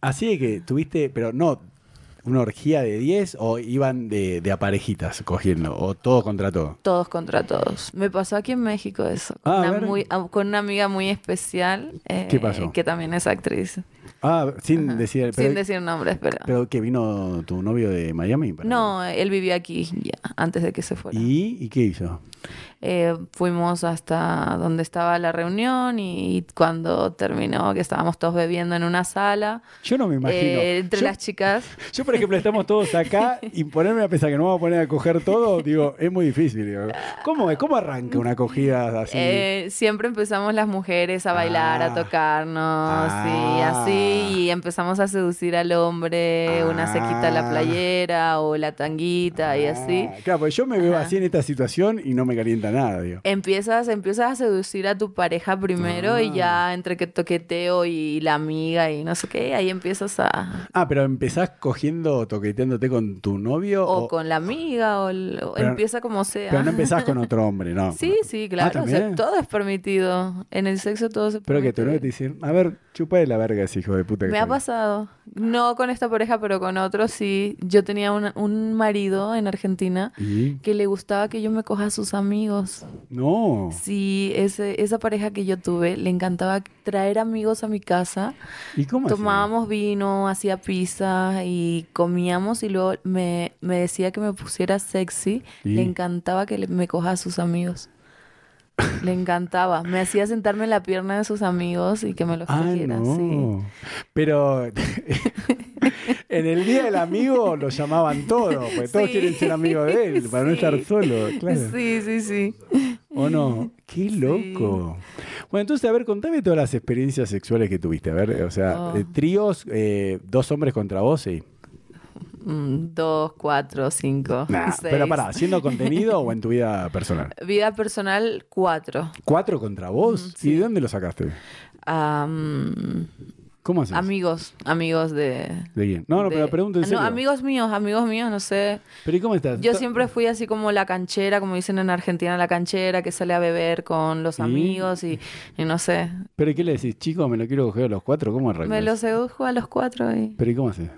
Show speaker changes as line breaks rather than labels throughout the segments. Así de que tuviste, pero no una orgía de 10 o iban de, de a parejitas cogiendo, o todo contra todo.
Todos contra todos. Me pasó aquí en México eso.
Ah, a
una
ver.
muy- a- con una amiga muy especial. eh,
¿Qué pasó?
Que también es actriz.
Ah, sin
Ajá.
decir. Pero,
Sin decir nombres, pero.
pero que vino tu novio de Miami. para-
no, él vivía aquí ya, antes de que se fuera.
¿Y, ¿Y qué hizo?
Eh, fuimos hasta donde estaba la reunión y, cuando terminó, que estábamos todos bebiendo en una sala,
Yo no me imagino.
eh, entre
yo,
las chicas.
yo, por ejemplo, estamos todos acá y ponerme a pensar que nos vamos a poner a coger todo, digo, es muy difícil. digo. ¿Cómo, es? ¿Cómo arranca una cogida así?
Eh, siempre empezamos las mujeres a bailar,
Ah.
a tocarnos
Ah.
y así, y empezamos a seducir al hombre, una se quita la
Ah.
playera o la tanguita y
Ah,
así.
Claro, porque yo me veo
Ajá.
así en esta situación y no me calienta nada, digo.
Empiezas, empiezas a seducir a tu pareja primero y
Ah.
ya entre que toqueteo y la amiga y no sé qué, ahí empiezas a...
Ah, pero empezás cogiendo, o toqueteándote con tu novio.
O con la amiga, o, el- o
Oh, Pero-
empieza como sea.
Pero no empezás con otro hombre, ¿no?
Sí, sí, claro. o sea,
¿también?
todo es permitido. En el sexo todo se
Pero
permite.
que tu novio te dicen, a ver, chupa de la verga ese hijo de puta. que
Me ha
está acá".
pasado. No con esta pareja, pero con otro sí. Yo tenía un, un marido en Argentina
¿Y?
que le gustaba que yo me coja a sus amigos.
No.
Sí, ese, esa pareja que yo tuve le encantaba traer amigos a mi casa.
¿Y cómo hacía?
Tomábamos vino, hacía pizza y comíamos y luego me, me decía que me pusiera sexy.
Sí.
Le encantaba que le- me coja a sus amigos. Le encantaba. Me hacía sentarme en la pierna de sus amigos y que me los
Ah,
cogiera.
no.
sí.
Pero en el día del amigo lo llamaban todos, porque todos
Sí.
quieren ser amigos de él, para no
Sí.
estar solo, claro.
Sí, sí, sí.
¿O no? ¡Qué loco! Bueno, entonces, a ver, contame todas las experiencias sexuales que tuviste. A ver, o sea,
Oh.
eh, tríos, eh, dos hombres contra vos, sí.
Mm, dos, cuatro, cinco,
Nah,
seis.
pero pará, ¿siendo contenido o en tu vida personal?
Vida personal, cuatro.
¿Cuatro contra
Mm,
vos? ¿Y de dónde lo sacaste?
Am,
¿Cómo haces?
amigos, amigos de...
¿De quién? No, no,
de- Ah,
pero pregunto en
No,
serio.
amigos míos, amigos míos, no sé.
¿Pero y cómo estás?
Yo
Ta-
siempre fui así como la canchera, como dicen en Argentina, la canchera que sale a beber con los
¿Y?
amigos y, y no sé.
¿Pero y qué le decís? Chico, me lo quiero coger a los cuatro. ¿Cómo arrancas?
Me los sedujo a los cuatro y,
¿Pero y cómo haces?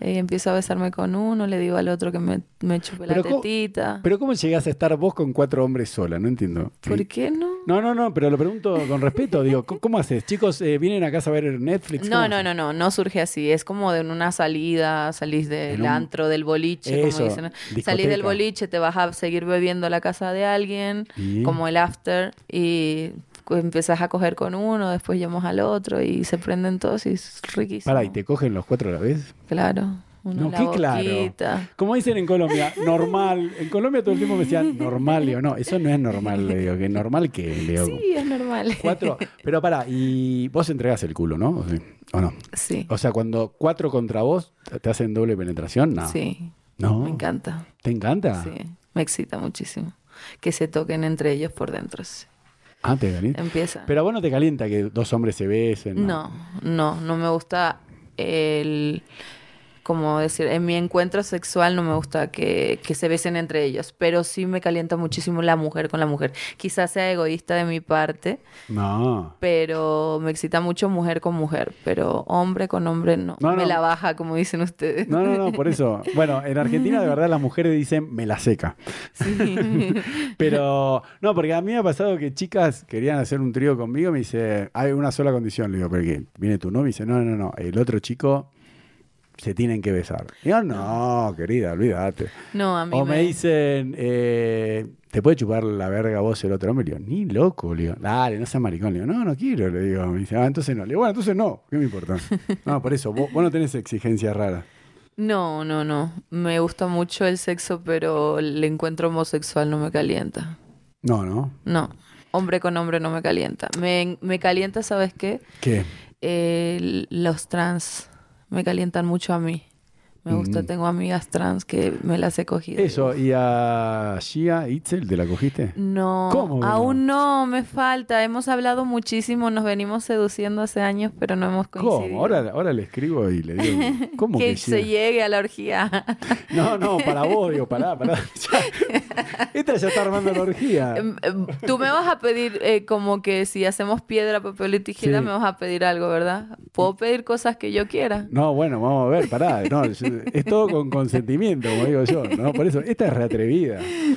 y empiezo a besarme con uno, le digo al otro que me, me chupe la
Pero ¿cómo-
tetita.
¿Pero cómo llegás a estar vos con cuatro hombres sola? No entiendo.
¿Por qué no?
No, no, no, pero lo pregunto con respeto. Digo, ¿cómo, cómo haces? Chicos, eh, ¿vienen acá a ver Netflix?
No,
¿Cómo
no,
haces?
no, no, no surge así. Es como de una salida, salís del
En un-
antro, del boliche,
Eso,
como dicen. Salís
discoteca.
del boliche, te vas a seguir bebiendo a la casa de alguien,
Y-
como el after, y cu- empezás a coger con uno, después llamas al otro y se prenden todos y es riquísimo.
Pará, ¿y te cogen los cuatro a la vez?
Claro. Uno
No,
en la
qué claro.
boquita.
Como dicen en Colombia, normal. En Colombia todo el tiempo me decían normal. Digo, no, eso no es normal. Le digo, que normal que. Digo,
Sí, es normal.
Cuatro. Pero pará, y vos entregás el culo, ¿no? ¿O, sí? ¿O no?
Sí,
O sea, cuando cuatro contra vos te hacen doble penetración, no.
sí.
No. Ah.
Me encanta.
¿Te encanta?
Sí, me excita muchísimo. Que se toquen entre ellos por dentro. sí.
Ah, te calienta.
Empieza.
Pero a vos no te calienta que dos hombres se besen.
No, no, no me gusta el, como decir, en mi encuentro sexual no me gusta que, que se besen entre ellos, pero sí me calienta muchísimo la mujer con la mujer. Quizás sea egoísta de mi parte,
No.
pero me excita mucho mujer con mujer, pero hombre con hombre no.
No,
me
no.
la baja, como dicen ustedes.
No, no, no, por eso. Bueno, en Argentina de verdad las mujeres dicen me la seca.
Sí.
Pero, no, porque a mí me ha pasado que chicas querían hacer un trío conmigo. Me dice, hay una sola condición. Le digo, ¿pero qué? ¿Viene tu novio? Me dice, no, no, no. El otro chico se tienen que besar. Y yo, no, querida, olvídate.
No, a mí
O
me,
me dicen, eh, ¿te puede chupar la verga vos el otro hombre? Le digo, ni loco, le digo, dale, no seas maricón. Le digo, no, no quiero, le digo. Me dice, ah, entonces no. Le digo, bueno, entonces no, ¿qué me importa? No, por eso, vos, vos no tenés exigencias raras.
No, no, no. Me gusta mucho el sexo, pero el encuentro homosexual no me calienta.
No, ¿no?
No, hombre con hombre no me calienta. Me, me calienta, ¿sabes qué?
¿Qué?
Eh, los trans me calientan mucho a mí. Me gusta,
Mm.
tengo amigas trans que me las he cogido.
Eso, ¿y a Shia Itzel te la cogiste?
No,
¿Cómo que
aún no? me falta. Hemos hablado muchísimo, nos venimos seduciendo hace años, pero no hemos coincidido.
¿Cómo? Ahora, ahora le escribo y le digo, ¿cómo
que
que
se
Shia?
llegue a la orgía.
No, no, para vos, digo, pará, pará. Ya. Esta ya está armando la orgía.
Em, em, Tú me vas a pedir, eh, como que si hacemos piedra, papel y tijera,
Sí. Mm.
me vas a pedir algo, ¿verdad? Puedo pedir cosas que yo quiera.
No, bueno, vamos a ver, pará. No, es es todo con consentimiento, como digo yo. No, por eso, esta es reatrevida.